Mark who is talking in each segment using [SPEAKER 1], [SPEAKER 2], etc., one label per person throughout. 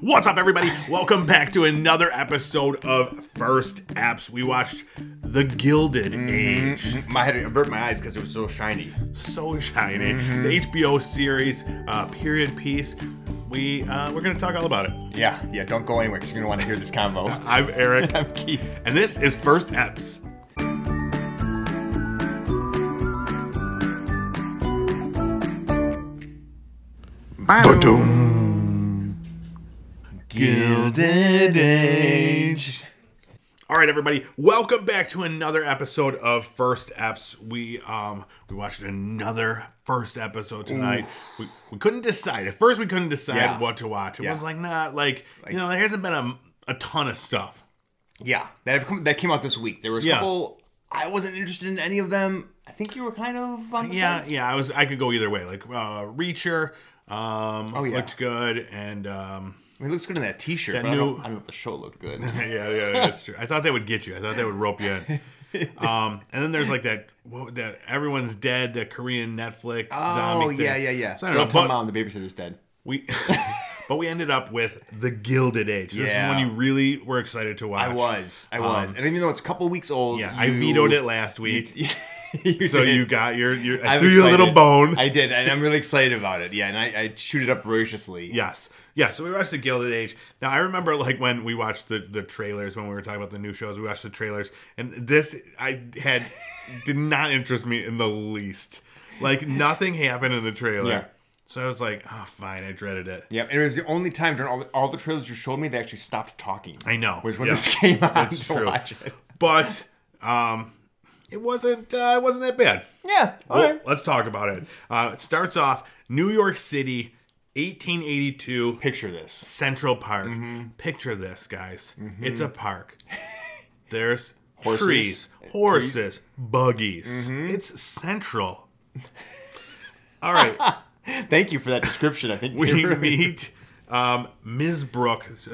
[SPEAKER 1] What's up, everybody? Welcome back to another episode of First Apps. We watched The Gilded Age.
[SPEAKER 2] My head avert my eyes because it was so shiny.
[SPEAKER 1] So shiny. The HBO series, uh, period piece. We, uh, we're going to talk all about it.
[SPEAKER 2] Yeah, yeah. Don't go anywhere because you're gonna want to hear this convo.
[SPEAKER 1] I'm Eric,
[SPEAKER 2] I'm Keith.
[SPEAKER 1] and this is First Apps.
[SPEAKER 2] Gilded Age.
[SPEAKER 1] All right, everybody, welcome back to another episode of First Eps. We um we watched another first episode tonight. We, we couldn't decide at first. We couldn't decide
[SPEAKER 2] Yeah.
[SPEAKER 1] what to watch. It
[SPEAKER 2] Yeah.
[SPEAKER 1] was like not like, you know there hasn't been a, a ton of stuff.
[SPEAKER 2] Yeah, that have come, that came out this week. There was a
[SPEAKER 1] Yeah.
[SPEAKER 2] couple. I wasn't interested in any of them. I think you were kind of on the
[SPEAKER 1] Yeah,
[SPEAKER 2] fence.
[SPEAKER 1] yeah. I was I could go either way. Like uh, Reacher, um,
[SPEAKER 2] Oh, yeah.
[SPEAKER 1] looked good, and um,
[SPEAKER 2] I mean, it looks good in that T-shirt. but I,
[SPEAKER 1] new-
[SPEAKER 2] don't, I don't know if the show looked good.
[SPEAKER 1] yeah, yeah, that's true. I thought that would get you. I thought that would rope you in. Um, and then there's like that what, that everyone's dead, the Korean Netflix.
[SPEAKER 2] oh
[SPEAKER 1] zombie thing.
[SPEAKER 2] yeah, yeah, yeah.
[SPEAKER 1] So I don't
[SPEAKER 2] Don't
[SPEAKER 1] know,
[SPEAKER 2] tell
[SPEAKER 1] but-
[SPEAKER 2] mom the babysitter's dead.
[SPEAKER 1] We, but we ended up with the Gilded Age. This
[SPEAKER 2] Yeah.
[SPEAKER 1] is one you really were excited to watch.
[SPEAKER 2] I was, I was, and even though it's a couple weeks old,
[SPEAKER 1] um, Yeah, I
[SPEAKER 2] you-
[SPEAKER 1] vetoed it last week,
[SPEAKER 2] you
[SPEAKER 1] so
[SPEAKER 2] did.
[SPEAKER 1] you got your your I
[SPEAKER 2] I'm
[SPEAKER 1] threw you a little
[SPEAKER 2] excited.
[SPEAKER 1] bone.
[SPEAKER 2] I did, and I'm really excited about it. Yeah, and I, I shoot it up voraciously.
[SPEAKER 1] yes, yeah. So we watched the Gilded Age. Now I remember like when we watched the the trailers when we were talking about the new shows. We watched the trailers, and this I had did not interest me in the least. Like nothing happened in the trailer.
[SPEAKER 2] Yeah.
[SPEAKER 1] So I was like, oh, fine. I dreaded it.
[SPEAKER 2] Yep, and it was the only time during all the, all the trailers you showed me they actually stopped talking.
[SPEAKER 1] I know.
[SPEAKER 2] Was when
[SPEAKER 1] Yeah.
[SPEAKER 2] this came out to
[SPEAKER 1] true.
[SPEAKER 2] watch it.
[SPEAKER 1] But um, it wasn't uh, it wasn't that bad.
[SPEAKER 2] Yeah, all
[SPEAKER 1] Well, Let's talk about it. Uh, it starts off New York City, 1882,
[SPEAKER 2] Picture this.
[SPEAKER 1] Central Park.
[SPEAKER 2] Mm-hmm.
[SPEAKER 1] Picture this, guys. It's a park. There's
[SPEAKER 2] Horses. Mm-hmm.
[SPEAKER 1] trees, horses, buggies. It's central. All right,
[SPEAKER 2] Thank you for that description. I think
[SPEAKER 1] we
[SPEAKER 2] you're-
[SPEAKER 1] meet um, Ms. Brooke. as- She's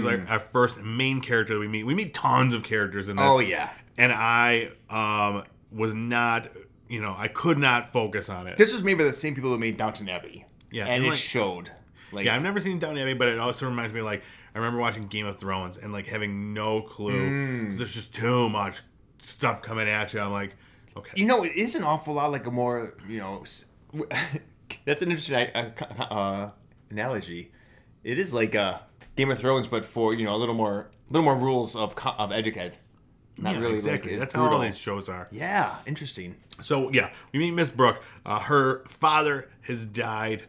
[SPEAKER 2] Mm.
[SPEAKER 1] like our first main character that we meet. We meet tons of characters in this.
[SPEAKER 2] Oh yeah.
[SPEAKER 1] And I um, was not, you know, I could not focus on it.
[SPEAKER 2] This was made by the same people who made Downton Abbey.
[SPEAKER 1] Yeah,
[SPEAKER 2] and
[SPEAKER 1] and
[SPEAKER 2] it
[SPEAKER 1] like-
[SPEAKER 2] showed. Like
[SPEAKER 1] Yeah, I've never seen Downton Abbey, but it also reminds me like I remember watching Game of Thrones and like having no clue.
[SPEAKER 2] Mm.
[SPEAKER 1] There's just too much stuff coming at you. I'm like, okay,
[SPEAKER 2] you know, it is an awful lot like a more you know. s- w- that's an interesting uh, uh, analogy. It is like a Game of Thrones, but for you know a little more, a little more rules of co- of educate. Not
[SPEAKER 1] Yeah,
[SPEAKER 2] really
[SPEAKER 1] exactly.
[SPEAKER 2] Like, it's
[SPEAKER 1] That's how
[SPEAKER 2] brutal.
[SPEAKER 1] all these shows are.
[SPEAKER 2] Yeah, interesting.
[SPEAKER 1] So yeah, we meet Miss Brooke. Uh, her father has died,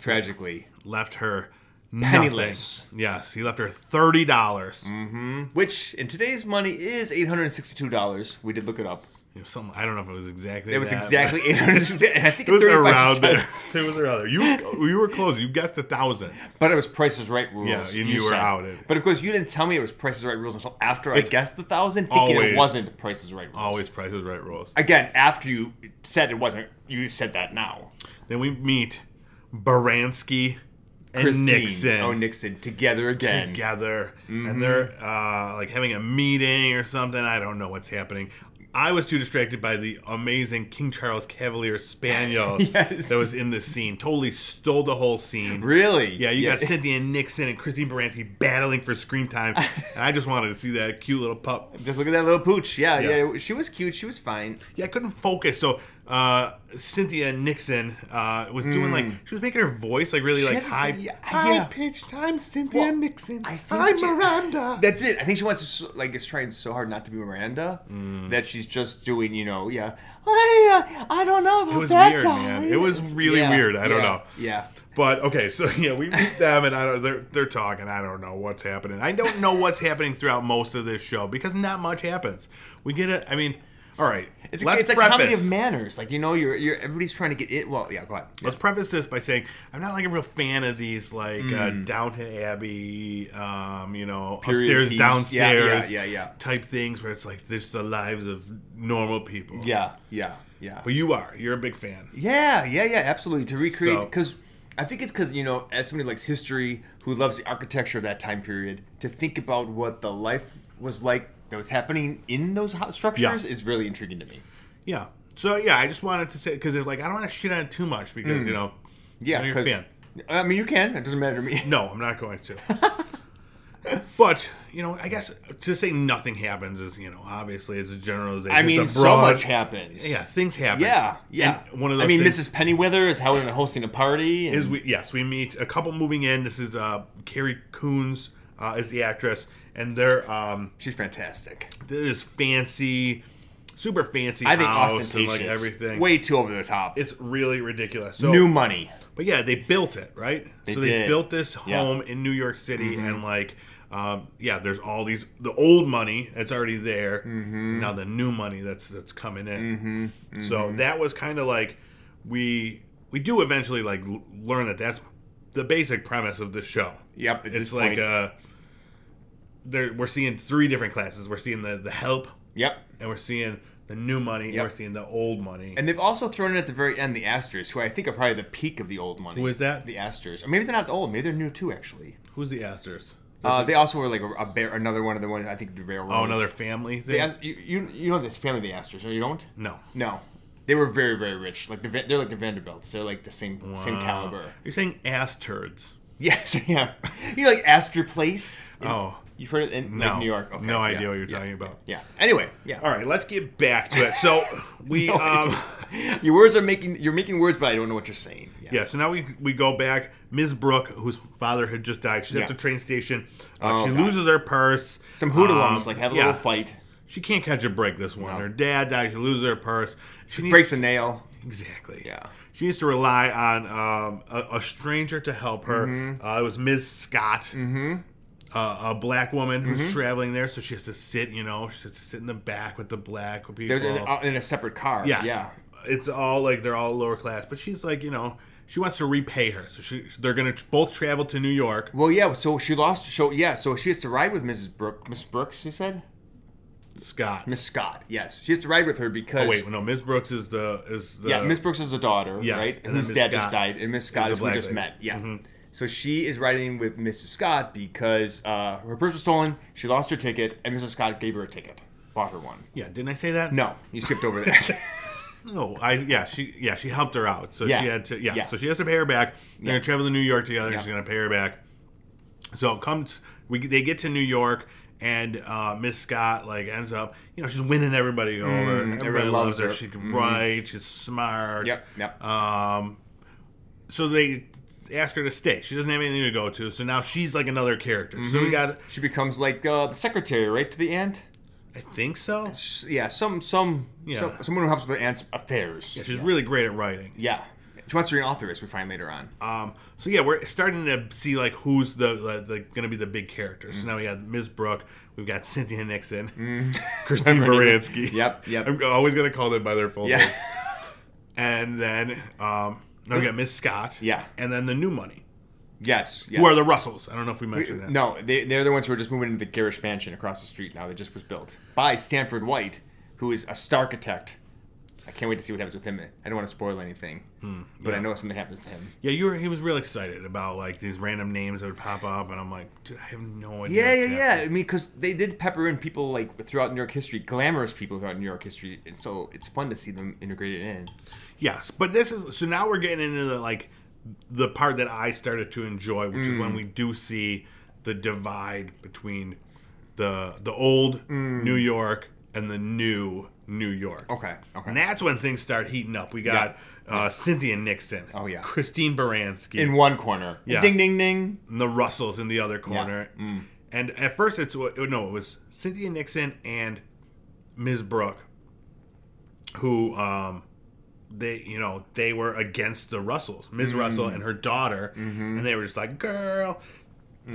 [SPEAKER 2] Tragically,
[SPEAKER 1] left her
[SPEAKER 2] Penniless. Mm.
[SPEAKER 1] Nothing. Yes, he left her thirty dollars.
[SPEAKER 2] which in today's money is eight hundred and sixty-two dollars. We did look it up.
[SPEAKER 1] Something I don't know if it was exactly.
[SPEAKER 2] It was
[SPEAKER 1] that,
[SPEAKER 2] exactly eight hundred. I
[SPEAKER 1] but
[SPEAKER 2] think
[SPEAKER 1] It was around there.
[SPEAKER 2] there.
[SPEAKER 1] It was around there. You you were close. You guessed a thousand.
[SPEAKER 2] But it was Price is Right rules.
[SPEAKER 1] Yeah, and you were
[SPEAKER 2] said.
[SPEAKER 1] outed.
[SPEAKER 2] But of course, you didn't tell me it was Price is Right rules until after I
[SPEAKER 1] It's
[SPEAKER 2] guessed the thousand, thinking
[SPEAKER 1] always-
[SPEAKER 2] it wasn't Price is Right rules.
[SPEAKER 1] Always prices right rules.
[SPEAKER 2] Again, after you said it wasn't, you said that now.
[SPEAKER 1] Then we meet Baranski and
[SPEAKER 2] Christine,
[SPEAKER 1] Nixon
[SPEAKER 2] Oh, Nixon Mm-hmm. together again.
[SPEAKER 1] together, and they're uh, like having a meeting or something. I don't know what's happening. I was too distracted by the amazing King Charles Cavalier Spaniel
[SPEAKER 2] Yes.
[SPEAKER 1] that was in this scene. Totally stole the whole scene.
[SPEAKER 2] Really?
[SPEAKER 1] Yeah, you got Cynthia Nixon and Christine Baranski battling for screen time. and I just wanted to see that cute little pup
[SPEAKER 2] Just look at that little pooch. Yeah,
[SPEAKER 1] Yeah.
[SPEAKER 2] yeah, She was cute. She was fine.
[SPEAKER 1] Yeah, I couldn't focus. So uh, Cynthia Nixon uh, was doing like she was making her voice like really
[SPEAKER 2] Mm.
[SPEAKER 1] like
[SPEAKER 2] She has this-
[SPEAKER 1] high,
[SPEAKER 2] yeah, yeah.
[SPEAKER 1] high pitched. I'm Cynthia
[SPEAKER 2] Well,
[SPEAKER 1] Nixon.
[SPEAKER 2] I think
[SPEAKER 1] I'm
[SPEAKER 2] she-
[SPEAKER 1] Miranda.
[SPEAKER 2] That's it. I think she wants to so- like is trying so hard not to be Miranda
[SPEAKER 1] Mm.
[SPEAKER 2] that she's just doing you know yeah. uh, I, I don't know about
[SPEAKER 1] it was
[SPEAKER 2] that,
[SPEAKER 1] weird, man.
[SPEAKER 2] darling."
[SPEAKER 1] It was really
[SPEAKER 2] Yeah,
[SPEAKER 1] weird. I don't
[SPEAKER 2] yeah,
[SPEAKER 1] know.
[SPEAKER 2] Yeah.
[SPEAKER 1] But okay, so yeah, we meet them and I don't. They're they're talking. I don't know what's happening. I don't know what's happening throughout most of this show because not much happens. We get it. I mean, all right.
[SPEAKER 2] It's,
[SPEAKER 1] let's
[SPEAKER 2] it's a
[SPEAKER 1] preface.
[SPEAKER 2] comedy of manners. Like you know, you're you're everybody's trying to get in. Well, yeah, go ahead.
[SPEAKER 1] Let's preface this by saying I'm not like a real fan of these like uh, Downton Abbey, um, you know,
[SPEAKER 2] Mm. Period
[SPEAKER 1] upstairs,
[SPEAKER 2] piece. Yeah,
[SPEAKER 1] downstairs,
[SPEAKER 2] yeah, yeah, yeah.
[SPEAKER 1] type things where it's like this is the lives of normal people.
[SPEAKER 2] Yeah, yeah, yeah.
[SPEAKER 1] but you are. You're a big fan.
[SPEAKER 2] Yeah, yeah, yeah, absolutely. To recreate,
[SPEAKER 1] So-
[SPEAKER 2] because I think it's because you know, as somebody who likes history, who loves the architecture of that time period, to think about what the life was like that was happening in those ho- structures is really intriguing to me.
[SPEAKER 1] Yeah. So yeah, I just wanted to say because like I don't want to shit on it too much because you know,
[SPEAKER 2] Mm. Yeah,
[SPEAKER 1] you're a
[SPEAKER 2] 'cause-
[SPEAKER 1] fan.
[SPEAKER 2] I mean, you can. It doesn't matter to me.
[SPEAKER 1] No, I'm not going to. but you know, I guess to say nothing happens is you know obviously it's a generalization.
[SPEAKER 2] I mean,
[SPEAKER 1] it's a
[SPEAKER 2] so
[SPEAKER 1] broad-
[SPEAKER 2] much happens.
[SPEAKER 1] Yeah, things happen.
[SPEAKER 2] Yeah, yeah.
[SPEAKER 1] And one of those.
[SPEAKER 2] I mean,
[SPEAKER 1] things
[SPEAKER 2] Mrs. Pennyweather is held and hosting a party. And
[SPEAKER 1] is we yes we meet a couple moving in. This is uh Carrie Coons uh, is the actress, and they're um
[SPEAKER 2] she's fantastic.
[SPEAKER 1] this fancy, super fancy.
[SPEAKER 2] I think
[SPEAKER 1] house and,
[SPEAKER 2] ostentatious.
[SPEAKER 1] like everything.
[SPEAKER 2] Way too over the top.
[SPEAKER 1] it's really ridiculous. So
[SPEAKER 2] New money.
[SPEAKER 1] But yeah, they built it, right?
[SPEAKER 2] They
[SPEAKER 1] so they
[SPEAKER 2] did.
[SPEAKER 1] built this
[SPEAKER 2] Yeah. Mm-hmm.
[SPEAKER 1] home in New York City, and like, um, yeah, there's all these the old money that's already there.
[SPEAKER 2] Mm-hmm.
[SPEAKER 1] Now the new money that's that's coming in. So that was kind of like we we do eventually like l- learn that that's the basic premise of the show.
[SPEAKER 2] Yep. at
[SPEAKER 1] It's
[SPEAKER 2] this
[SPEAKER 1] like
[SPEAKER 2] point.
[SPEAKER 1] uh, there we're seeing three different classes. We're seeing the the help,
[SPEAKER 2] yep.
[SPEAKER 1] and we're seeing the new money,
[SPEAKER 2] Yep.
[SPEAKER 1] and we're seeing the old money.
[SPEAKER 2] And they've also thrown in at the very end the Astors, who I think are probably the peak of the old money.
[SPEAKER 1] Who is that?
[SPEAKER 2] The Astors. Or maybe they're not old. Maybe they're new too, actually.
[SPEAKER 1] Who's the Astors?
[SPEAKER 2] Uh, they also were like a, a bear, another one of the ones I think the railroads.
[SPEAKER 1] Oh, another family thing.
[SPEAKER 2] The, Ast- you, you you know this family of the Astors, or you don't?
[SPEAKER 1] no.
[SPEAKER 2] No, they were very very rich. Like the Va- they're like the Vanderbilts. They're like the same same
[SPEAKER 1] Wow.
[SPEAKER 2] caliber.
[SPEAKER 1] You're saying ass turds.
[SPEAKER 2] Yes, yeah. You know, like Astor Place. In-
[SPEAKER 1] Oh.
[SPEAKER 2] you've heard it in like,
[SPEAKER 1] No.
[SPEAKER 2] New York. Okay,
[SPEAKER 1] no idea
[SPEAKER 2] yeah,
[SPEAKER 1] what you're
[SPEAKER 2] yeah,
[SPEAKER 1] talking about.
[SPEAKER 2] Yeah. Anyway, yeah.
[SPEAKER 1] All right, let's get back to it. So we
[SPEAKER 2] No
[SPEAKER 1] um
[SPEAKER 2] idea. Your words are making you're making words, but I don't know what you're saying. Yeah.
[SPEAKER 1] yeah, so now we we go back. Ms. Brooke, whose father had just died, she's
[SPEAKER 2] Yeah.
[SPEAKER 1] at the train station. Uh,
[SPEAKER 2] Oh,
[SPEAKER 1] she
[SPEAKER 2] God.
[SPEAKER 1] loses her purse.
[SPEAKER 2] Some hoodlums
[SPEAKER 1] Um,
[SPEAKER 2] like have a
[SPEAKER 1] yeah.
[SPEAKER 2] little fight.
[SPEAKER 1] She can't catch a break this one.
[SPEAKER 2] No.
[SPEAKER 1] Her dad dies. She loses her purse. She needs-
[SPEAKER 2] breaks a nail.
[SPEAKER 1] Exactly.
[SPEAKER 2] Yeah.
[SPEAKER 1] She needs to rely on um, a, a stranger to help her.
[SPEAKER 2] Mm-hmm.
[SPEAKER 1] Uh, it was Ms. Scott, uh, a black woman who's
[SPEAKER 2] Mm-hmm.
[SPEAKER 1] traveling there, so she has to sit. You know, she has to sit in the back with the black people.
[SPEAKER 2] They're in, uh, in a separate car.
[SPEAKER 1] yes.
[SPEAKER 2] Yeah.
[SPEAKER 1] It's all like they're all lower class, but she's like you know she wants to repay her, so she they're gonna tr- both travel to New York.
[SPEAKER 2] Well, yeah. So she lost. So yeah. So she has to ride with Mrs. Brooke. Miss Brooks, you said.
[SPEAKER 1] Scott.
[SPEAKER 2] Miss Scott. Yes, she has to ride with her because.
[SPEAKER 1] oh wait, no, Ms. Brooks is the is the
[SPEAKER 2] yeah, Miss Brooks is a daughter,
[SPEAKER 1] Yes,
[SPEAKER 2] right?
[SPEAKER 1] and then
[SPEAKER 2] whose
[SPEAKER 1] Miss
[SPEAKER 2] dad just
[SPEAKER 1] Scott
[SPEAKER 2] died, and Miss Scott
[SPEAKER 1] the
[SPEAKER 2] is who we
[SPEAKER 1] black
[SPEAKER 2] just
[SPEAKER 1] lady.
[SPEAKER 2] met. Yeah.
[SPEAKER 1] Mm-hmm.
[SPEAKER 2] So she is riding with Mrs. Scott because uh, her purse was stolen. She lost her ticket, and Mrs. Scott gave her a ticket, bought her one.
[SPEAKER 1] Yeah, didn't I say that?
[SPEAKER 2] No, you skipped over that.
[SPEAKER 1] No, I yeah she yeah she helped her out, so
[SPEAKER 2] Yeah.
[SPEAKER 1] she had to yeah,
[SPEAKER 2] Yeah.
[SPEAKER 1] so she has to pay her back. They're
[SPEAKER 2] Yeah.
[SPEAKER 1] gonna travel to New York together.
[SPEAKER 2] Yeah.
[SPEAKER 1] She's gonna pay her back. So it comes we they get to New York and uh, Miss Scott like ends up you know she's winning everybody over.
[SPEAKER 2] Mm,
[SPEAKER 1] everybody, loves, her. She can write. She's smart.
[SPEAKER 2] Mm-hmm. Yep, yep.
[SPEAKER 1] Um, so they ask her to stay. She doesn't have anything to go to, so now she's like another character. So
[SPEAKER 2] Mm-hmm.
[SPEAKER 1] we got
[SPEAKER 2] she becomes like uh, the secretary, right, to the aunt.
[SPEAKER 1] I think so.
[SPEAKER 2] S- Yeah, some some,
[SPEAKER 1] Yeah.
[SPEAKER 2] some someone who helps with the aunt's affairs.
[SPEAKER 1] She's really great at writing.
[SPEAKER 2] Yeah. She wants to be an author, as we find later on.
[SPEAKER 1] Um, so yeah, we're starting to see like who's the, the, the going to be the big characters. So now we got Ms. Brooke, we've got Cynthia Nixon, Christine Baranski.
[SPEAKER 2] Mm. Yep, yep.
[SPEAKER 1] I'm always going to call them by their full
[SPEAKER 2] Yeah.
[SPEAKER 1] names. And then um, now we got Ms. Scott.
[SPEAKER 2] Yeah.
[SPEAKER 1] And then the new money,
[SPEAKER 2] yes. yes.
[SPEAKER 1] who are the Russells. I don't know if we mentioned that.
[SPEAKER 2] No, they, they're the ones who are just moving into the garish mansion across the street now that just was built by Stanford White, who is a star architect. I can't wait to see what happens with him. I don't want to spoil anything, but I know something happens to him.
[SPEAKER 1] Yeah, you were. He was real excited about like these random names that would pop up, and I'm like, dude, I have no idea.
[SPEAKER 2] Yeah,
[SPEAKER 1] what's
[SPEAKER 2] yeah, yeah.
[SPEAKER 1] happening.
[SPEAKER 2] I mean, because they did pepper in people like throughout New York history, glamorous people throughout New York history, and so it's fun to see them integrated in.
[SPEAKER 1] Yes, but this is so now we're getting into the like the part that I started to enjoy, which is when
[SPEAKER 2] Mm.
[SPEAKER 1] we do see the divide between the the old New York and the new New York.
[SPEAKER 2] Mm. Okay, okay.
[SPEAKER 1] And that's when things start heating up. We got uh, Cynthia Nixon.
[SPEAKER 2] Oh, yeah.
[SPEAKER 1] Christine Baranski
[SPEAKER 2] in one corner,
[SPEAKER 1] Yeah.
[SPEAKER 2] ding, ding, ding.
[SPEAKER 1] and the Russells in the other corner.
[SPEAKER 2] Mm.
[SPEAKER 1] And at first, it's no, it was Cynthia Nixon and Ms. Brooke, who um, they you know they were against the Russells, Ms.
[SPEAKER 2] Mm.
[SPEAKER 1] Russell and her daughter,
[SPEAKER 2] Mm-hmm.
[SPEAKER 1] and they were just like, "Girl."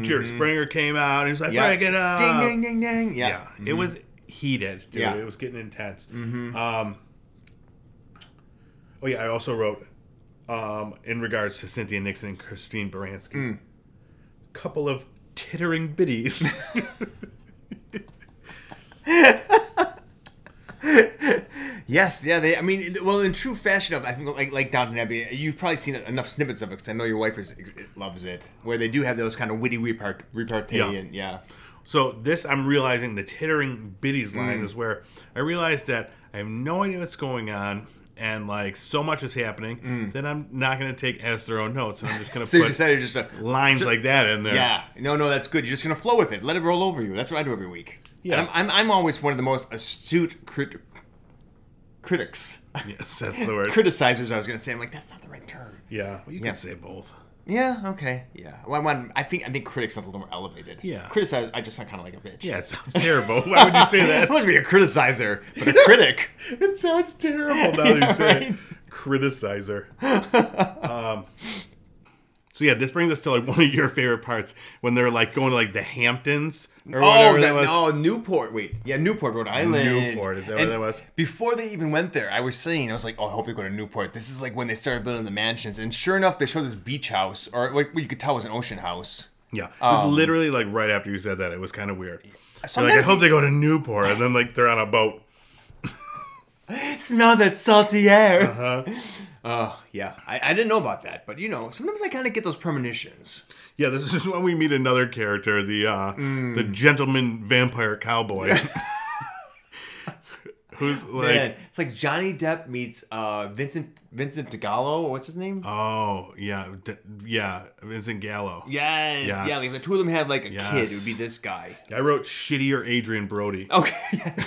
[SPEAKER 1] Jerry Springer came out and he was like,
[SPEAKER 2] Yeah.
[SPEAKER 1] "Break it up!"
[SPEAKER 2] Mm-hmm. Ding, ding, ding, ding. Yeah.
[SPEAKER 1] Uh,
[SPEAKER 2] Mm-hmm.
[SPEAKER 1] Yeah, it was heated, dude.
[SPEAKER 2] Yeah. Mm-hmm.
[SPEAKER 1] It was getting intense. Um, oh yeah, I also wrote um, in regards to Cynthia Nixon and Christine Baranski,
[SPEAKER 2] Mm.
[SPEAKER 1] couple of tittering biddies.
[SPEAKER 2] Yes, yeah. They, I mean, well, in true fashion of I think like like Downton Abbey, you've probably seen enough snippets of it because I know your wife is, loves it, where they do have those kind of witty repart, repartee
[SPEAKER 1] Yeah.
[SPEAKER 2] and yeah,
[SPEAKER 1] so this, I'm
[SPEAKER 2] Mm.
[SPEAKER 1] realizing the tittering biddies line is where I realized that I have no idea what's going on. and like so much is happening, then I'm not going to take as their own notes, and I'm just going
[SPEAKER 2] Mm.
[SPEAKER 1] to
[SPEAKER 2] So you
[SPEAKER 1] put
[SPEAKER 2] decided just to,
[SPEAKER 1] lines like that in there.
[SPEAKER 2] yeah, no, no, that's good. You're just gonna flow with it. Let it roll over you. That's what I do every week.
[SPEAKER 1] Yeah.
[SPEAKER 2] And I'm, I'm, I'm always one of the most astute crit- critics,
[SPEAKER 1] Yes, that's the word.
[SPEAKER 2] criticizers. I was gonna say. I'm like, that's not the right term.
[SPEAKER 1] yeah, well, you
[SPEAKER 2] Yeah.
[SPEAKER 1] can say both.
[SPEAKER 2] Yeah. Okay. Yeah. Well, I, want, I think I think critics sounds a little more elevated.
[SPEAKER 1] Yeah.
[SPEAKER 2] Criticize. I just sound kind of like a bitch.
[SPEAKER 1] Yeah, it sounds terrible. Why would you say
[SPEAKER 2] I
[SPEAKER 1] that?
[SPEAKER 2] must be a criticizer, but a critic.
[SPEAKER 1] It sounds terrible now that
[SPEAKER 2] Yeah,
[SPEAKER 1] you say it.
[SPEAKER 2] right.
[SPEAKER 1] Criticizer. um, so yeah, this brings us to like one of your favorite parts when they're like going to like the Hamptons or
[SPEAKER 2] Oh,
[SPEAKER 1] whatever that
[SPEAKER 2] that,
[SPEAKER 1] was.
[SPEAKER 2] no, Newport. Wait, yeah, Newport, Rhode Island.
[SPEAKER 1] Newport, is that where
[SPEAKER 2] And
[SPEAKER 1] that was?
[SPEAKER 2] Before they even went there, I was saying, I was like, oh, I hope they go to Newport. This is like when they started building the mansions, and sure enough, they showed this beach house, or what what you could tell was an ocean house.
[SPEAKER 1] Yeah, it was literally like right after you said that. It was kind of weird. You're like, I
[SPEAKER 2] Sometimes
[SPEAKER 1] hope they go to Newport, and then like they're on a boat.
[SPEAKER 2] Smell that salty air. Uh-huh. Oh yeah, I, I didn't know about that, but you know, sometimes I kind of get those premonitions.
[SPEAKER 1] Yeah, this is when we meet another character, the uh, the gentleman vampire cowboy, who's like,
[SPEAKER 2] Man, it's like Johnny Depp meets uh, Vincent Vincent Tagallo. What's his name?
[SPEAKER 1] oh yeah, d- yeah, Vincent Gallo.
[SPEAKER 2] yes, yeah. Like
[SPEAKER 1] yes.
[SPEAKER 2] if the two of them had like a kid,
[SPEAKER 1] Yes.
[SPEAKER 2] it would be this guy.
[SPEAKER 1] I wrote shittier Adrian Brody.
[SPEAKER 2] Okay.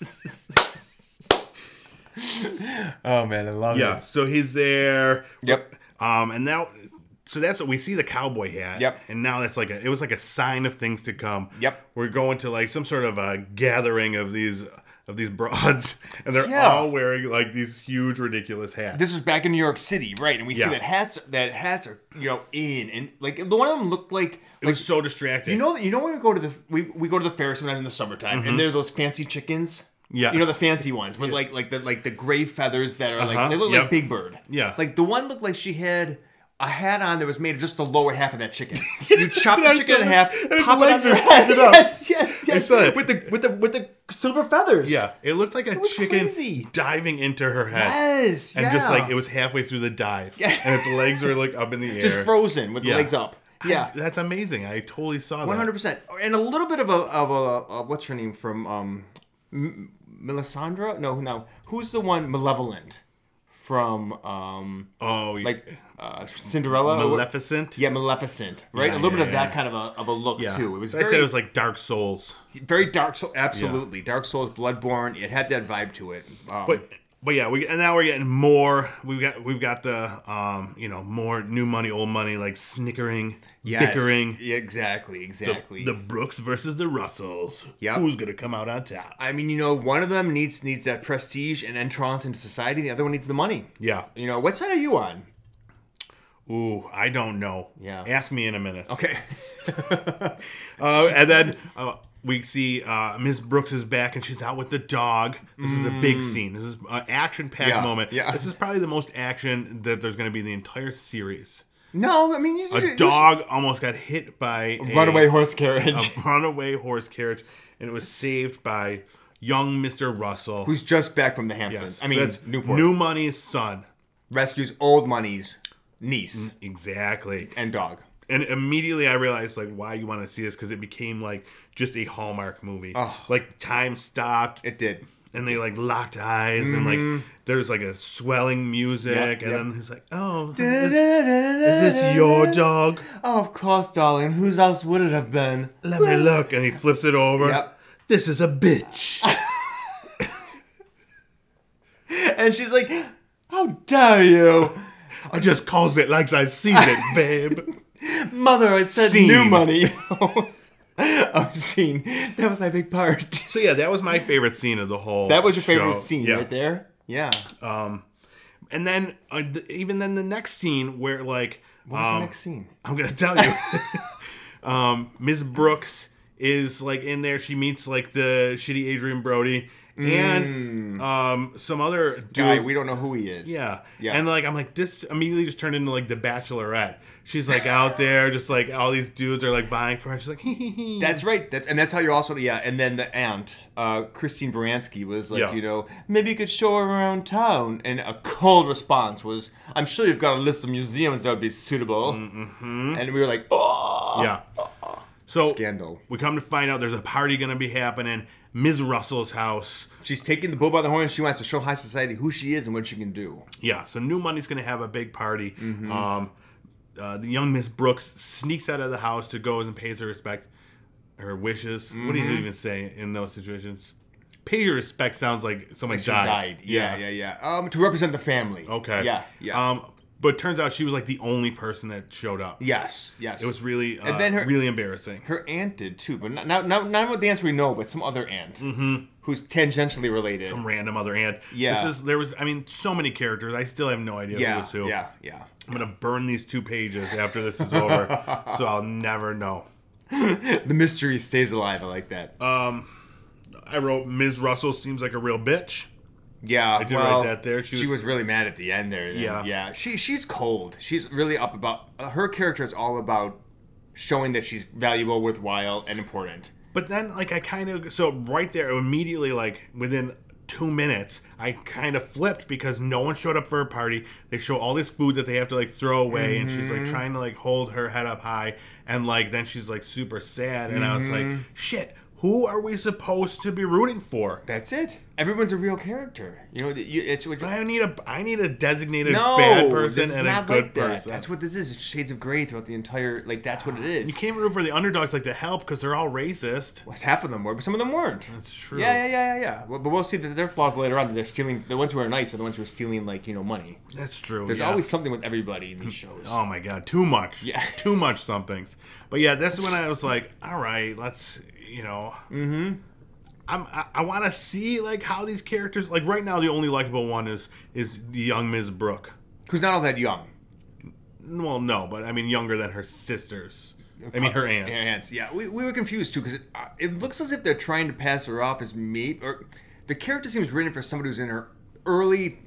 [SPEAKER 2] Yes. oh man, I love
[SPEAKER 1] Yeah, so he's there.
[SPEAKER 2] Yep.
[SPEAKER 1] Um, and now, so that's what we see the cowboy hat.
[SPEAKER 2] Yep.
[SPEAKER 1] And now that's like a, it was like a sign of things to come.
[SPEAKER 2] Yep.
[SPEAKER 1] We're going to like some sort of a gathering of these of these broads, and they're
[SPEAKER 2] Yeah.
[SPEAKER 1] all wearing like these huge ridiculous hats.
[SPEAKER 2] This was back in New York City, right? And we
[SPEAKER 1] Yeah.
[SPEAKER 2] see that hats that hats are you know in and like the one of them looked like
[SPEAKER 1] it
[SPEAKER 2] like
[SPEAKER 1] was so distracting.
[SPEAKER 2] you know you know when we go to the we, we go to the fair sometimes in the summertime and they're those fancy chickens.
[SPEAKER 1] Mm-hmm. Yes.
[SPEAKER 2] You know the fancy ones with like like the like the gray feathers that are
[SPEAKER 1] Uh-huh,
[SPEAKER 2] like they look
[SPEAKER 1] yep.
[SPEAKER 2] like Big Bird.
[SPEAKER 1] Yeah.
[SPEAKER 2] Like the one looked like she had a hat on that was made of just the lower half of that chicken. You chop the chicken in half,
[SPEAKER 1] And its
[SPEAKER 2] pop it on
[SPEAKER 1] legs
[SPEAKER 2] your
[SPEAKER 1] are
[SPEAKER 2] head.
[SPEAKER 1] sticking up.
[SPEAKER 2] Yes, yes, yes.
[SPEAKER 1] saw it.
[SPEAKER 2] With the with the with the silver feathers.
[SPEAKER 1] yeah, it looked like a
[SPEAKER 2] was
[SPEAKER 1] chicken
[SPEAKER 2] crazy.
[SPEAKER 1] diving into her head.
[SPEAKER 2] Yes.
[SPEAKER 1] And
[SPEAKER 2] yeah.
[SPEAKER 1] just like it was halfway through the dive,
[SPEAKER 2] Yeah.
[SPEAKER 1] and its legs were like up in the air.
[SPEAKER 2] just frozen with
[SPEAKER 1] Yeah.
[SPEAKER 2] the legs up. Yeah.
[SPEAKER 1] that's amazing. I totally saw
[SPEAKER 2] One hundred
[SPEAKER 1] that.
[SPEAKER 2] percent, and a little bit of a of a uh, what's her name from um, M- Melisandre? No, no, who's the one malevolent from um,
[SPEAKER 1] Oh,
[SPEAKER 2] like uh, Cinderella?
[SPEAKER 1] Maleficent.
[SPEAKER 2] Yeah, Maleficent, right?
[SPEAKER 1] Yeah,
[SPEAKER 2] a little
[SPEAKER 1] yeah,
[SPEAKER 2] bit of
[SPEAKER 1] yeah.
[SPEAKER 2] that kind of a of a look too. It was
[SPEAKER 1] I
[SPEAKER 2] very,
[SPEAKER 1] said it was like Dark Souls.
[SPEAKER 2] very dark. So absolutely, Dark Souls, Bloodborne. It had that vibe to it. Um,
[SPEAKER 1] But but yeah, we and now we're getting more. We've got we've got the um you know more new money, old money, like snickering,
[SPEAKER 2] yes.
[SPEAKER 1] bickering.
[SPEAKER 2] Yeah, exactly, exactly.
[SPEAKER 1] The Brooks versus the Russells.
[SPEAKER 2] Yep.
[SPEAKER 1] Who's gonna come out on top?
[SPEAKER 2] I mean, you know, one of them needs needs that prestige and entrance into society. The other one needs the money.
[SPEAKER 1] Yeah.
[SPEAKER 2] You know, what side are you on?
[SPEAKER 1] Ooh, I don't know.
[SPEAKER 2] Yeah.
[SPEAKER 1] Ask me in a minute.
[SPEAKER 2] Okay.
[SPEAKER 1] Uh, and then uh, we see uh, Miss Brooks is back and she's out with the dog. This is a big scene. This is an action packed
[SPEAKER 2] Mm. Yeah,
[SPEAKER 1] moment.
[SPEAKER 2] yeah.
[SPEAKER 1] This is probably the most action that there's gonna be in the entire series.
[SPEAKER 2] No, I mean, you, you-
[SPEAKER 1] A
[SPEAKER 2] you-
[SPEAKER 1] dog almost got hit by a
[SPEAKER 2] runaway horse carriage.
[SPEAKER 1] a runaway horse carriage, and it was saved by young Mister Russell.
[SPEAKER 2] Who's just back from the Hamptons?
[SPEAKER 1] Yes,
[SPEAKER 2] I mean,
[SPEAKER 1] that's
[SPEAKER 2] Newport
[SPEAKER 1] New Money's son.
[SPEAKER 2] rescues old money's
[SPEAKER 1] Mm.
[SPEAKER 2] niece
[SPEAKER 1] Exactly.
[SPEAKER 2] and dog.
[SPEAKER 1] And immediately I realized like why you want to see this because it became like just a Hallmark movie. Like time stopped
[SPEAKER 2] It did.
[SPEAKER 1] and they like locked eyes and like there's like a swelling music and
[SPEAKER 2] yep.
[SPEAKER 1] then he's like, "Oh,
[SPEAKER 2] Is,
[SPEAKER 1] is, is this your dog?
[SPEAKER 2] Oh, of course, darling. Whose else would it have been?
[SPEAKER 1] Let me look." And he flips it over.
[SPEAKER 2] Yep.
[SPEAKER 1] This is a bitch.
[SPEAKER 2] And she's like, "How dare you,
[SPEAKER 1] I just calls it like I sees it, babe.
[SPEAKER 2] mother? I said
[SPEAKER 1] Scene.
[SPEAKER 2] new money." I'm seen. That was my big part.
[SPEAKER 1] So yeah, that was my favorite scene of the whole.
[SPEAKER 2] That was your favorite
[SPEAKER 1] show.
[SPEAKER 2] scene
[SPEAKER 1] Yeah.
[SPEAKER 2] right there. Yeah.
[SPEAKER 1] And then uh, th- even then the next scene where like
[SPEAKER 2] What was
[SPEAKER 1] um,
[SPEAKER 2] the next scene?
[SPEAKER 1] I'm gonna tell you, um, Ms. Brooks is like in there. She meets like the shitty Adrian Brody
[SPEAKER 2] Mm.
[SPEAKER 1] and um, some other dude.
[SPEAKER 2] Guy, we don't know who he is.
[SPEAKER 1] yeah.
[SPEAKER 2] Yeah.
[SPEAKER 1] And like I'm like this immediately just turned into like the Bachelorette. She's like out there, just like all these dudes are like buying for her. She's like, hee hee hee.
[SPEAKER 2] That's right. That's and that's how you're also yeah. And then the aunt, uh, Christine Baranski, was like,
[SPEAKER 1] Yeah.
[SPEAKER 2] you know, maybe you could show her around town. And a cold response was, "I'm sure you've got a list of museums that would be suitable." Mm-hmm. And we were like, "Oh,
[SPEAKER 1] Yeah. So
[SPEAKER 2] Scandal.
[SPEAKER 1] We come to find out there's a party going to be happening. Ms. Russell's house.
[SPEAKER 2] She's taking the bull by the horns. She wants to show high society who she is and what she can do.
[SPEAKER 1] Yeah, so New Money's going to have a big party.
[SPEAKER 2] Mm-hmm.
[SPEAKER 1] Um, uh, the young Miss Brooks sneaks out of the house to go and pays her respect, her wishes. What
[SPEAKER 2] Mm-hmm.
[SPEAKER 1] do you even say in those situations? Pay your respect sounds like somebody
[SPEAKER 2] She
[SPEAKER 1] died.
[SPEAKER 2] died. Yeah, yeah, yeah, Um, to represent the family.
[SPEAKER 1] Okay.
[SPEAKER 2] Yeah, yeah.
[SPEAKER 1] Um, but turns out she was like the only person that showed up.
[SPEAKER 2] yes, yes.
[SPEAKER 1] It was really, uh,
[SPEAKER 2] then her-
[SPEAKER 1] really embarrassing.
[SPEAKER 2] her aunt did too, but not not not, not with the aunt we know, but some other aunt who's tangentially related.
[SPEAKER 1] Mm-hmm. Some random other aunt.
[SPEAKER 2] Yeah.
[SPEAKER 1] This is there was. I mean, so many characters. I still have no idea who
[SPEAKER 2] yeah,
[SPEAKER 1] was who.
[SPEAKER 2] yeah, yeah.
[SPEAKER 1] I'm gonna burn these two pages after this is over, so I'll never know.
[SPEAKER 2] The mystery stays alive. I like that.
[SPEAKER 1] Uh, I wrote Ms. Russell seems like a real bitch.
[SPEAKER 2] yeah, I
[SPEAKER 1] did write that there. She
[SPEAKER 2] She was,
[SPEAKER 1] was-
[SPEAKER 2] really mad at the end there. then.
[SPEAKER 1] Yeah.
[SPEAKER 2] yeah. She she's cold. She's really up about uh, her character is all about showing that she's valuable, worthwhile, and important.
[SPEAKER 1] But then, like, I kind of so right there immediately, like within two minutes, I kind of flipped because no one showed up for her party. They show all this food that they have to like throw away, and she's
[SPEAKER 2] Mm-hmm.
[SPEAKER 1] like trying to like hold her head up high, and like then she's like super sad, and I was
[SPEAKER 2] Mm-hmm.
[SPEAKER 1] like, shit. Who are we supposed to be rooting for?
[SPEAKER 2] That's it. Everyone's a real character. You know, that you, it's what
[SPEAKER 1] I need a I need a designated
[SPEAKER 2] no
[SPEAKER 1] bad
[SPEAKER 2] this
[SPEAKER 1] person
[SPEAKER 2] is
[SPEAKER 1] and a
[SPEAKER 2] not
[SPEAKER 1] good
[SPEAKER 2] like that.
[SPEAKER 1] person.
[SPEAKER 2] That's what this is. It's shades of gray throughout the entire. Like that's what it is.
[SPEAKER 1] you can't root for the underdogs like the help because they're all racist.
[SPEAKER 2] Well, half of them were, but some of them weren't.
[SPEAKER 1] That's true.
[SPEAKER 2] Yeah, yeah, yeah, yeah, yeah. Well, but we'll see that their flaws later on. That they're stealing. The ones who are nice are the ones who are stealing, like you know, money.
[SPEAKER 1] That's true.
[SPEAKER 2] There's
[SPEAKER 1] yeah.
[SPEAKER 2] always something with everybody in these shows.
[SPEAKER 1] Oh my god, too much.
[SPEAKER 2] Yeah.
[SPEAKER 1] too much somethings. But yeah, that's when I was like, all right, let's you know. Mm-hmm. I'm, I, I want to see like how these characters like right now. The only likable one is is the young Ms. Brooke.
[SPEAKER 2] Who's not all that young?
[SPEAKER 1] Well, no, but I mean younger than her sisters. I mean her aunts.
[SPEAKER 2] Yeah, aunts. Yeah, we, we were confused too because it, uh, it looks as if they're trying to pass her off as me or the character seems written for somebody who's in her early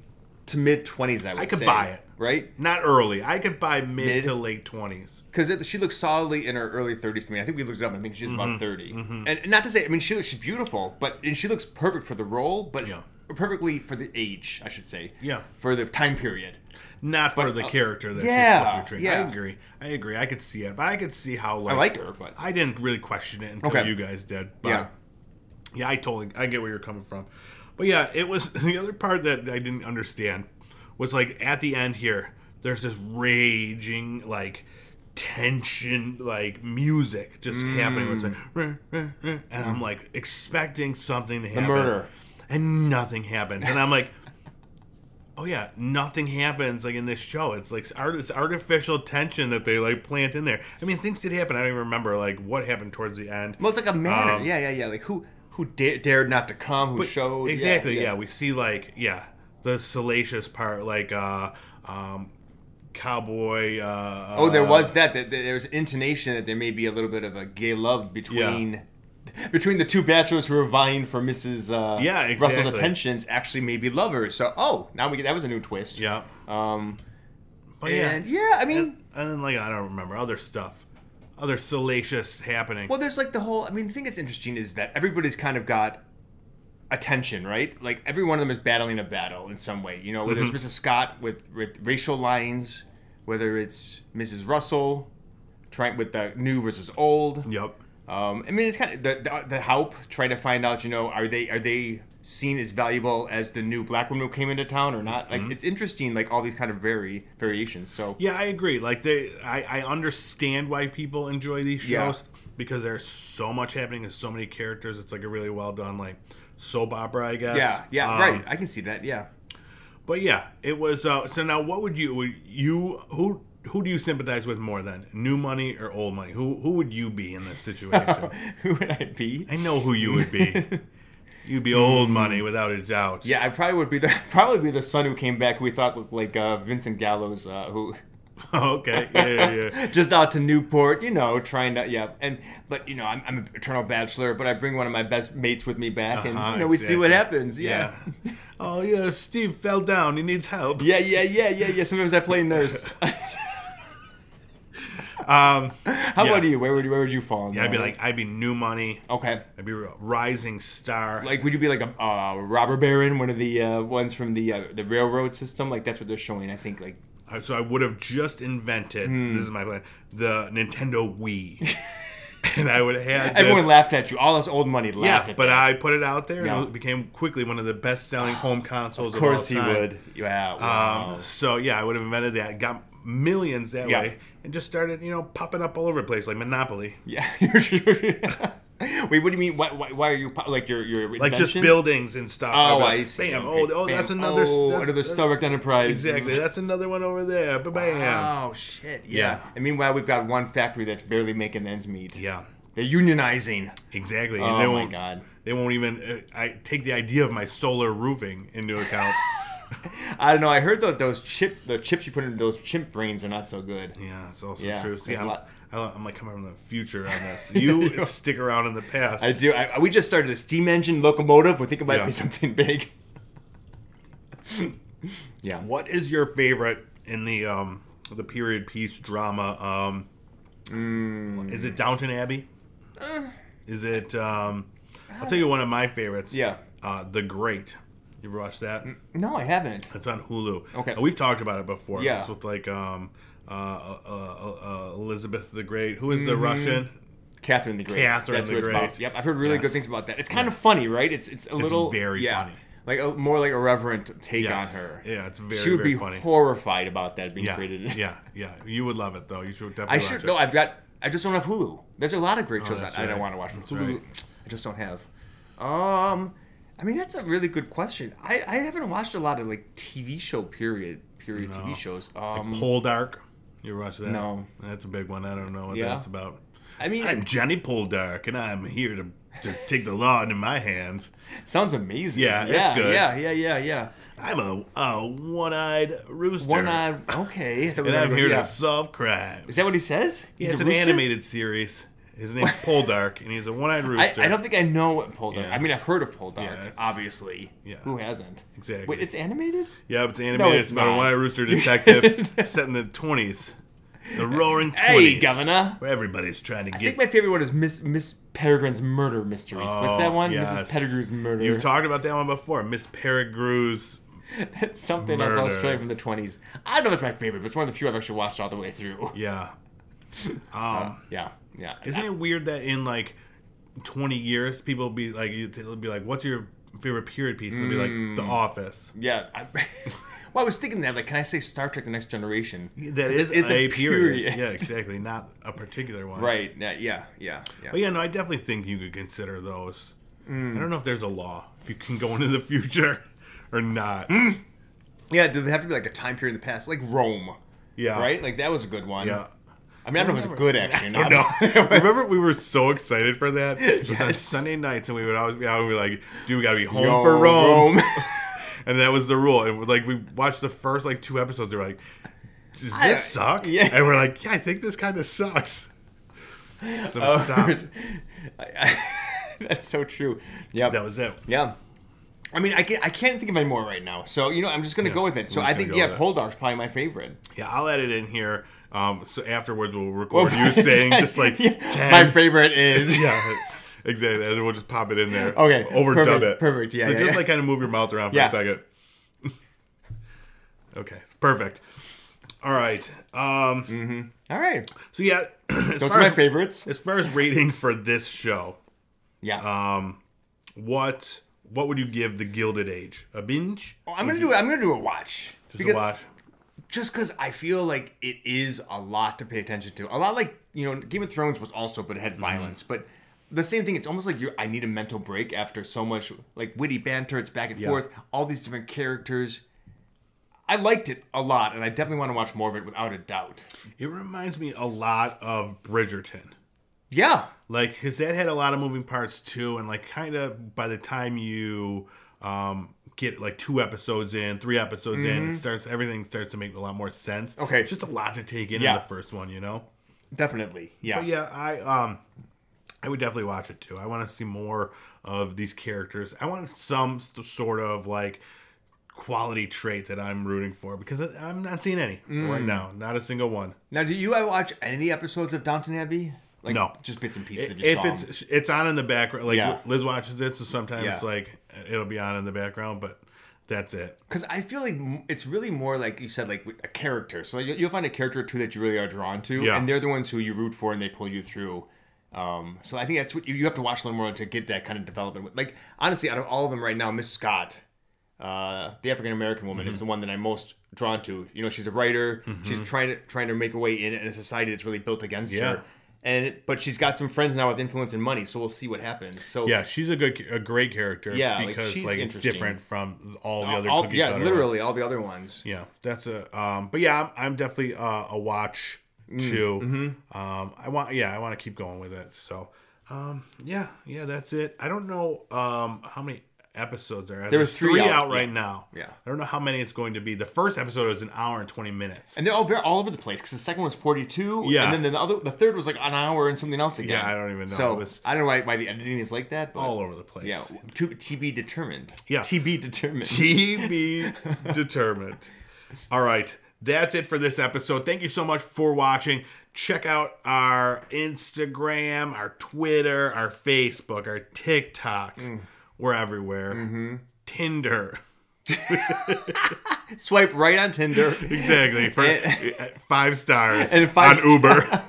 [SPEAKER 2] to mid twenties. I would.
[SPEAKER 1] could
[SPEAKER 2] say,
[SPEAKER 1] buy it.
[SPEAKER 2] Right.
[SPEAKER 1] Not early. I could buy mid,
[SPEAKER 2] Mid?
[SPEAKER 1] to late twenties.
[SPEAKER 2] because she looks solidly in her early 30s to me. I think we looked it up. and I think she's
[SPEAKER 1] Mm-hmm.
[SPEAKER 2] about 30. And not to say, I mean, she looks, she's beautiful, but and she looks perfect for the role, but
[SPEAKER 1] Yeah.
[SPEAKER 2] perfectly for the age, I should say.
[SPEAKER 1] Yeah.
[SPEAKER 2] For the time period.
[SPEAKER 1] Not for the character that
[SPEAKER 2] uh, yeah,
[SPEAKER 1] she's portraying. I
[SPEAKER 2] yeah.
[SPEAKER 1] agree. I agree. I could see it, but I could see how like
[SPEAKER 2] I like her, but
[SPEAKER 1] I didn't really question it until
[SPEAKER 2] Okay.
[SPEAKER 1] you guys did. But
[SPEAKER 2] yeah.
[SPEAKER 1] Yeah, I totally I get where you're coming from. But yeah, it was the other part that I didn't understand was like at the end here, there's this raging like tension like music just happening. It's like "Ruh, ruh, ruh," and I'm like expecting something to happen.
[SPEAKER 2] murder.
[SPEAKER 1] And nothing happens. And I'm like Oh yeah, nothing happens like in this show. It's like art, it's artificial tension that they like plant in there. I mean, things did happen. I don't even remember like what happened towards the end.
[SPEAKER 2] Well, it's like a manner.
[SPEAKER 1] Um,
[SPEAKER 2] yeah, yeah, yeah. Like who who da- dared not to come, who showed. yeah,
[SPEAKER 1] exactly yeah, we see like yeah the salacious part like uh um cowboy uh
[SPEAKER 2] Oh, there
[SPEAKER 1] uh,
[SPEAKER 2] was that, that. that There was intonation that there may be a little bit of a gay love between between the two bachelors who were vying for Mrs. Uh,
[SPEAKER 1] Yeah,
[SPEAKER 2] Russell's
[SPEAKER 1] exactly.
[SPEAKER 2] attentions. Actually, may be lovers. So, oh, now we get that was a new twist.
[SPEAKER 1] yeah
[SPEAKER 2] Um.
[SPEAKER 1] but
[SPEAKER 2] and
[SPEAKER 1] yeah
[SPEAKER 2] yeah, I mean,
[SPEAKER 1] and, and then like i don't remember other stuff other salacious happening
[SPEAKER 2] well, there's like the whole. I mean, the thing that's interesting is that everybody's kind of got attention, right? Like every one of them is battling a battle in some way. You know, whether it's Mrs. Scott with with racial lines, whether it's Mrs. Russell trying with the new versus old.
[SPEAKER 1] yep
[SPEAKER 2] Um, I mean, it's kind of the, the the help trying to find out. You know, are they are they seen as valuable as the new black woman who came into town or not? Like, it's interesting. Like all these kind of vary variations. So
[SPEAKER 1] yeah i agree like they i i understand why people enjoy these shows
[SPEAKER 2] Yeah.
[SPEAKER 1] because there's so much happening and so many characters it's like a really well done like soap opera i guess
[SPEAKER 2] yeah, yeah,
[SPEAKER 1] Um,
[SPEAKER 2] right. I can see that. Yeah.
[SPEAKER 1] But yeah, it was. Uh, so now, what would you would you who who do you sympathize with more than new money or old money? Who who would you be in this situation?
[SPEAKER 2] Who would I be?
[SPEAKER 1] I know who you would be. You'd be old money without a doubt.
[SPEAKER 2] Yeah, I probably would be the probably be the son who came back who we thought looked like uh, Vincent Gallows, uh, who
[SPEAKER 1] okay. Yeah. yeah, yeah.
[SPEAKER 2] just out to Newport, you know, trying to yeah. And but you know, I'm, I'm an eternal bachelor, but I bring one of my best mates with me back, and
[SPEAKER 1] Uh-huh,
[SPEAKER 2] you know, we see what
[SPEAKER 1] exactly.
[SPEAKER 2] happens. Yeah.
[SPEAKER 1] Yeah. Oh yeah, Steve fell down. He needs help.
[SPEAKER 2] yeah, yeah, yeah, yeah, yeah. Sometimes I play nurse.
[SPEAKER 1] Um.
[SPEAKER 2] How
[SPEAKER 1] Yeah.
[SPEAKER 2] about you? Where would you Where would you fall? in
[SPEAKER 1] Yeah, I'd be
[SPEAKER 2] that?
[SPEAKER 1] like, I'd be new money.
[SPEAKER 2] okay.
[SPEAKER 1] I'd be a rising star.
[SPEAKER 2] Like, would you be like a uh, robber baron, one of the uh, ones from the uh, the railroad system? Like, that's what they're showing. I think like
[SPEAKER 1] Uh,
[SPEAKER 2] Hmm.
[SPEAKER 1] So I would have just invented. This is my plan. The Nintendo Wii. and I would have had
[SPEAKER 2] Everyone
[SPEAKER 1] this-
[SPEAKER 2] laughed at you. All this old money laughed
[SPEAKER 1] Yeah,
[SPEAKER 2] at
[SPEAKER 1] but
[SPEAKER 2] you.
[SPEAKER 1] I put it out there,
[SPEAKER 2] No.
[SPEAKER 1] and it became quickly one of the best-selling home consoles.
[SPEAKER 2] Of course
[SPEAKER 1] all
[SPEAKER 2] he
[SPEAKER 1] time.
[SPEAKER 2] would. Yeah. Wow.
[SPEAKER 1] Um, so yeah, I would have invented that, got millions that
[SPEAKER 2] Yeah.
[SPEAKER 1] way, and just started, you know, popping up all over the place like Monopoly,
[SPEAKER 2] yeah. Wait, what do you mean? Why, why, why are you po- like your your
[SPEAKER 1] like
[SPEAKER 2] invention?
[SPEAKER 1] just buildings and stuff.
[SPEAKER 2] Oh,
[SPEAKER 1] Like,
[SPEAKER 2] I see.
[SPEAKER 1] Bam!
[SPEAKER 2] Okay,
[SPEAKER 1] Oh, oh,
[SPEAKER 2] bam.
[SPEAKER 1] that's another. s-
[SPEAKER 2] Oh,
[SPEAKER 1] that's,
[SPEAKER 2] another
[SPEAKER 1] that's-
[SPEAKER 2] Starbucks Enterprise.
[SPEAKER 1] Exactly. That's another one over there. Ba bam.
[SPEAKER 2] Oh shit. Yeah.
[SPEAKER 1] Yeah.
[SPEAKER 2] And meanwhile, we've got one factory that's barely making ends meet.
[SPEAKER 1] Yeah.
[SPEAKER 2] They're unionizing.
[SPEAKER 1] Exactly.
[SPEAKER 2] Oh
[SPEAKER 1] And they
[SPEAKER 2] my
[SPEAKER 1] won't,
[SPEAKER 2] God.
[SPEAKER 1] They won't even. Uh, I take the idea of my solar roofing into account.
[SPEAKER 2] I don't know. I heard that those chip the chips you put into those chimp brains are not so good.
[SPEAKER 1] yeah, it's also
[SPEAKER 2] Yeah,
[SPEAKER 1] true. See,
[SPEAKER 2] there's a
[SPEAKER 1] I'm,
[SPEAKER 2] lot.
[SPEAKER 1] I, lo- I'm like coming from the future on this. You stick around in the past.
[SPEAKER 2] I do. I, we just started a steam engine locomotive. We think it might
[SPEAKER 1] Yeah.
[SPEAKER 2] be something big. yeah.
[SPEAKER 1] What is your favorite in the um the period piece drama? Um,
[SPEAKER 2] Mm.
[SPEAKER 1] is it Downton Abbey?
[SPEAKER 2] Uh.
[SPEAKER 1] Is it? Um, I'll tell you one of my favorites.
[SPEAKER 2] Yeah.
[SPEAKER 1] uh, The Great. You ever watched that?
[SPEAKER 2] No, I haven't.
[SPEAKER 1] It's on Hulu.
[SPEAKER 2] Okay.
[SPEAKER 1] Uh, we've talked about it before.
[SPEAKER 2] Yeah.
[SPEAKER 1] it's with like um, uh, uh, uh, uh, Elizabeth the Great. Who is
[SPEAKER 2] Mm-hmm.
[SPEAKER 1] the Russian?
[SPEAKER 2] Catherine the Great.
[SPEAKER 1] Catherine the
[SPEAKER 2] it's
[SPEAKER 1] Great.
[SPEAKER 2] about. Yep, I've heard really good
[SPEAKER 1] Yes.
[SPEAKER 2] things about that. It's kind of funny, right? It's it's a little
[SPEAKER 1] very
[SPEAKER 2] yeah,
[SPEAKER 1] funny.
[SPEAKER 2] like a more like irreverent take
[SPEAKER 1] Yes.
[SPEAKER 2] on her.
[SPEAKER 1] Yeah, it's very
[SPEAKER 2] she would
[SPEAKER 1] very
[SPEAKER 2] be
[SPEAKER 1] funny.
[SPEAKER 2] horrified about that being
[SPEAKER 1] yeah,
[SPEAKER 2] created.
[SPEAKER 1] yeah, yeah. You would love it though. You should definitely.
[SPEAKER 2] I
[SPEAKER 1] watch
[SPEAKER 2] should.
[SPEAKER 1] it.
[SPEAKER 2] No, I've got. I just don't have Hulu. There's a lot of great shows
[SPEAKER 1] Oh, that's
[SPEAKER 2] I, I
[SPEAKER 1] right.
[SPEAKER 2] don't want to watch. but
[SPEAKER 1] That's
[SPEAKER 2] Hulu, I just don't have. Um, I mean that's a really good question. I, I haven't watched a lot of like TV show period period TV shows. Um,
[SPEAKER 1] Poldark. You ever watch that?
[SPEAKER 2] No.
[SPEAKER 1] That's a big one. I don't know what
[SPEAKER 2] Yeah.
[SPEAKER 1] that's about.
[SPEAKER 2] I mean,
[SPEAKER 1] I'm Johnny Poldark, and I'm here to, to take the law into my hands.
[SPEAKER 2] sounds amazing.
[SPEAKER 1] Yeah, it's
[SPEAKER 2] yeah,
[SPEAKER 1] good.
[SPEAKER 2] Yeah, yeah, yeah, yeah.
[SPEAKER 1] I'm a, a one-eyed rooster,
[SPEAKER 2] One eye. Okay. I thought we
[SPEAKER 1] and
[SPEAKER 2] were
[SPEAKER 1] I'm
[SPEAKER 2] gonna
[SPEAKER 1] here
[SPEAKER 2] go- yeah.
[SPEAKER 1] to solve crimes.
[SPEAKER 2] Is that what he says?
[SPEAKER 1] Yeah, it's
[SPEAKER 2] a
[SPEAKER 1] an
[SPEAKER 2] rooster?
[SPEAKER 1] animated series. His name's Poldark, and he's a one-eyed
[SPEAKER 2] I,
[SPEAKER 1] rooster.
[SPEAKER 2] I don't think I know what Poldark.
[SPEAKER 1] Yeah.
[SPEAKER 2] I mean, I've heard of Poldark,
[SPEAKER 1] Yeah, it's-
[SPEAKER 2] obviously.
[SPEAKER 1] yeah.
[SPEAKER 2] Who hasn't?
[SPEAKER 1] Exactly.
[SPEAKER 2] Wait, it's animated?
[SPEAKER 1] Yeah, it's animated.
[SPEAKER 2] it's
[SPEAKER 1] it's about
[SPEAKER 2] not.
[SPEAKER 1] a one-eyed rooster detective set in the 20s, the Roaring Twenties.
[SPEAKER 2] Hey, Governor.
[SPEAKER 1] Where everybody's trying to
[SPEAKER 2] I
[SPEAKER 1] get
[SPEAKER 2] think my favorite one is Miss Miss Peregrine's Murder Mysteries. What's that
[SPEAKER 1] Oh,
[SPEAKER 2] one? Mrs.
[SPEAKER 1] yes.
[SPEAKER 2] Pettigrew's Murder.
[SPEAKER 1] You've talked about that one before, Miss Peregrine's.
[SPEAKER 2] It's something else I was trying
[SPEAKER 1] Murders.
[SPEAKER 2] from the 20s. I don't know if it's my favorite, but it's one of the few I've actually watched all the way through.
[SPEAKER 1] Yeah. Um,
[SPEAKER 2] Yeah, yeah.
[SPEAKER 1] isn't it weird that in like 20 years people be like, you'll be like, "What's your favorite period piece?" And they'll be like, "The Office."
[SPEAKER 2] Yeah. I, well, I was thinking that, like, can I say Star Trek The Next Generation?
[SPEAKER 1] That
[SPEAKER 2] 'Cause
[SPEAKER 1] is
[SPEAKER 2] it is
[SPEAKER 1] a, period. Yeah, exactly. Not a particular one.
[SPEAKER 2] Right. Yeah, yeah, yeah. yeah.
[SPEAKER 1] But yeah, no, I definitely think you could consider those. I don't know if there's a law if you can go into the future or not.
[SPEAKER 2] Yeah, do they have to be like a time period in the past, like Rome?
[SPEAKER 1] Yeah.
[SPEAKER 2] right. Like that was a good one.
[SPEAKER 1] Yeah.
[SPEAKER 2] I mean, I don't know if it was
[SPEAKER 1] Remember-
[SPEAKER 2] good actually.
[SPEAKER 1] I
[SPEAKER 2] Not.
[SPEAKER 1] know. Remember, we were so excited for that. It was on
[SPEAKER 2] Yes.
[SPEAKER 1] Sunday nights, and we would always be out and be like, "Dude, we gotta be home
[SPEAKER 2] Yo,
[SPEAKER 1] for Rome.
[SPEAKER 2] Rome.
[SPEAKER 1] and that was the rule. And like, we watched the first like two episodes. We're like, "Does this
[SPEAKER 2] I-
[SPEAKER 1] suck?"
[SPEAKER 2] yeah.
[SPEAKER 1] And we're like, "Yeah, I think this kind of sucks." So
[SPEAKER 2] Oh,
[SPEAKER 1] stop.
[SPEAKER 2] I- I- that's so true. Yeah.
[SPEAKER 1] That was it.
[SPEAKER 2] yeah. I mean, I can't, I can't think of any more right now. So you know, I'm just gonna go with it. So
[SPEAKER 1] we're just
[SPEAKER 2] I
[SPEAKER 1] gonna
[SPEAKER 2] think
[SPEAKER 1] go
[SPEAKER 2] yeah,
[SPEAKER 1] with it.
[SPEAKER 2] Poldark's probably my favorite.
[SPEAKER 1] Yeah, I'll add it in here. Um, so afterwards, we'll record you saying just like
[SPEAKER 2] Yeah,
[SPEAKER 1] 10.
[SPEAKER 2] my favorite is
[SPEAKER 1] yeah, exactly. And then we'll just pop it in there.
[SPEAKER 2] Okay,
[SPEAKER 1] Overdub
[SPEAKER 2] perfect,
[SPEAKER 1] it.
[SPEAKER 2] perfect, yeah,
[SPEAKER 1] So
[SPEAKER 2] yeah,
[SPEAKER 1] just
[SPEAKER 2] yeah.
[SPEAKER 1] like kind of move your mouth around for
[SPEAKER 2] Yeah.
[SPEAKER 1] a second. okay. Perfect. All right. Um,
[SPEAKER 2] All right.
[SPEAKER 1] So yeah, as,
[SPEAKER 2] Those
[SPEAKER 1] far
[SPEAKER 2] are my
[SPEAKER 1] as,
[SPEAKER 2] favorites.
[SPEAKER 1] as far as rating for this show,
[SPEAKER 2] Yeah.
[SPEAKER 1] Uh, what what would you give the Gilded Age? A binge?
[SPEAKER 2] Oh, I'm gonna do. I'm gonna do a watch.
[SPEAKER 1] Just
[SPEAKER 2] Because-
[SPEAKER 1] a watch.
[SPEAKER 2] just because I feel like it is a lot to pay attention to. A lot like you know, Game of Thrones was also, but it
[SPEAKER 1] Mm-hmm.
[SPEAKER 2] had violence. But the same thing. It's almost like you. I need a mental break after so much like witty banter. It's back and
[SPEAKER 1] Yeah.
[SPEAKER 2] forth. All these different characters. I liked it a lot, and I definitely want to watch more of it without a doubt.
[SPEAKER 1] It reminds me a lot of Bridgerton.
[SPEAKER 2] Yeah,
[SPEAKER 1] like his dad had a lot of moving parts too and like kind of by the time you um get like two episodes in three episodes in it starts everything starts to make a lot more sense
[SPEAKER 2] Okay.
[SPEAKER 1] it's just a lot to take in
[SPEAKER 2] Yeah.
[SPEAKER 1] in the first one you know
[SPEAKER 2] definitely. Yeah,
[SPEAKER 1] but yeah i um i would definitely watch it too i want to see more of these characters i want some s- sort of like quality trait that i'm rooting for because I- i'm not seeing any
[SPEAKER 2] Mm.
[SPEAKER 1] right now not a single one
[SPEAKER 2] Now, do you uh, watch any episodes of Downton Abbey? Like,
[SPEAKER 1] No.
[SPEAKER 2] just bits and pieces. If, you
[SPEAKER 1] if
[SPEAKER 2] saw
[SPEAKER 1] it's it's on in the background like
[SPEAKER 2] Yeah.
[SPEAKER 1] liz watches it so sometimes
[SPEAKER 2] Yeah.
[SPEAKER 1] like it'll be on in the background but that's it
[SPEAKER 2] Because I feel like m- it's really more like you said, like with a character. So you, you'll find a character or two that you really are drawn to,
[SPEAKER 1] Yeah.
[SPEAKER 2] and they're the ones who you root for and they pull you through. Um, so I think that's what you, you have to watch a little more to get that kind of development. Like honestly, out of all of them right now, Miss Scott, uh, the African American woman,
[SPEAKER 1] Mm-hmm.
[SPEAKER 2] is the one that I'm most drawn to. You know, she's a writer. She's trying to trying to make a way in, in a society that's really built against
[SPEAKER 1] Yeah.
[SPEAKER 2] her. And but she's got some friends now with influence and money, so we'll see what happens. So
[SPEAKER 1] Yeah, she's a good, a great character.
[SPEAKER 2] Yeah, like,
[SPEAKER 1] because
[SPEAKER 2] she's
[SPEAKER 1] like, it's
[SPEAKER 2] interesting.
[SPEAKER 1] different from all the other.
[SPEAKER 2] all-
[SPEAKER 1] cookie
[SPEAKER 2] yeah,
[SPEAKER 1] cutter
[SPEAKER 2] literally all the other ones.
[SPEAKER 1] Yeah, that's a. Um, but yeah, I'm, I'm definitely uh, a watch
[SPEAKER 2] Mm,
[SPEAKER 1] too.
[SPEAKER 2] mm-hmm.
[SPEAKER 1] Um, I want. Yeah, I want to keep going with it. So, um, yeah, yeah, that's it. I don't know um, how many episodes there are. There
[SPEAKER 2] was three out,
[SPEAKER 1] out, right
[SPEAKER 2] yeah.
[SPEAKER 1] now.
[SPEAKER 2] Yeah.
[SPEAKER 1] I don't know how many it's going to be. The first episode is an hour and twenty minutes.
[SPEAKER 2] And they're all very all over the place because the second one was 42.
[SPEAKER 1] Yeah.
[SPEAKER 2] And then the other the third was like an hour and something else again.
[SPEAKER 1] Yeah, I don't even know.
[SPEAKER 2] So
[SPEAKER 1] It was-
[SPEAKER 2] I don't know why, why the editing is like that. But
[SPEAKER 1] all over the place.
[SPEAKER 2] Yeah. To, to be determined.
[SPEAKER 1] Yeah.
[SPEAKER 2] To be determined.
[SPEAKER 1] to be determined. All right. That's it for this episode. Thank you so much for watching. Check out our Instagram, our Twitter, our Facebook, our TikTok. We're everywhere. Tinder.
[SPEAKER 2] Swipe right on Tinder.
[SPEAKER 1] Exactly. For five stars
[SPEAKER 2] And five
[SPEAKER 1] on Uber.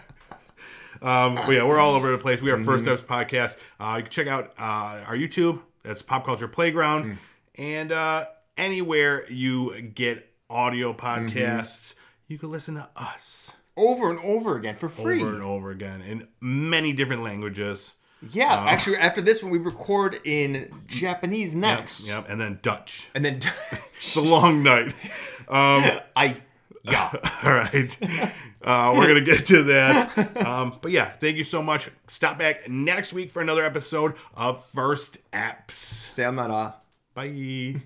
[SPEAKER 1] um, but yeah, we're all over the place. We are First
[SPEAKER 2] Mm-hmm.
[SPEAKER 1] Steps Podcast. Uh, you can check out uh, our YouTube. That's Pop Culture Playground.
[SPEAKER 2] Mm.
[SPEAKER 1] And uh, anywhere you get audio
[SPEAKER 2] Mm-hmm.
[SPEAKER 1] podcasts, you can listen to us
[SPEAKER 2] over and over again for free.
[SPEAKER 1] over and over again in many different languages.
[SPEAKER 2] Yeah.
[SPEAKER 1] Uh-huh.
[SPEAKER 2] Actually, after this one, we record in Japanese next.
[SPEAKER 1] Yep. And then Dutch.
[SPEAKER 2] And then
[SPEAKER 1] It's a long night. Um,
[SPEAKER 2] I. Yeah.
[SPEAKER 1] All right. Uh, we're going to get to that. Um, but yeah, thank you so much. Stop back next week for another episode of First Apps.
[SPEAKER 2] Sayonara.
[SPEAKER 1] Bye.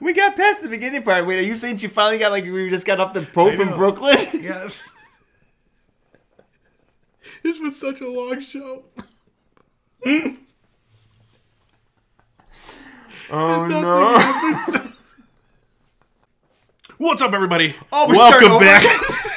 [SPEAKER 2] We got past the beginning part. Wait, are you saying she finally got like we just got off the boat from
[SPEAKER 1] know.
[SPEAKER 2] Brooklyn?
[SPEAKER 1] Yes. this was such a long show.
[SPEAKER 2] oh no.
[SPEAKER 1] What's up, everybody?
[SPEAKER 2] Oh, we're starting
[SPEAKER 1] Welcome
[SPEAKER 2] over
[SPEAKER 1] back.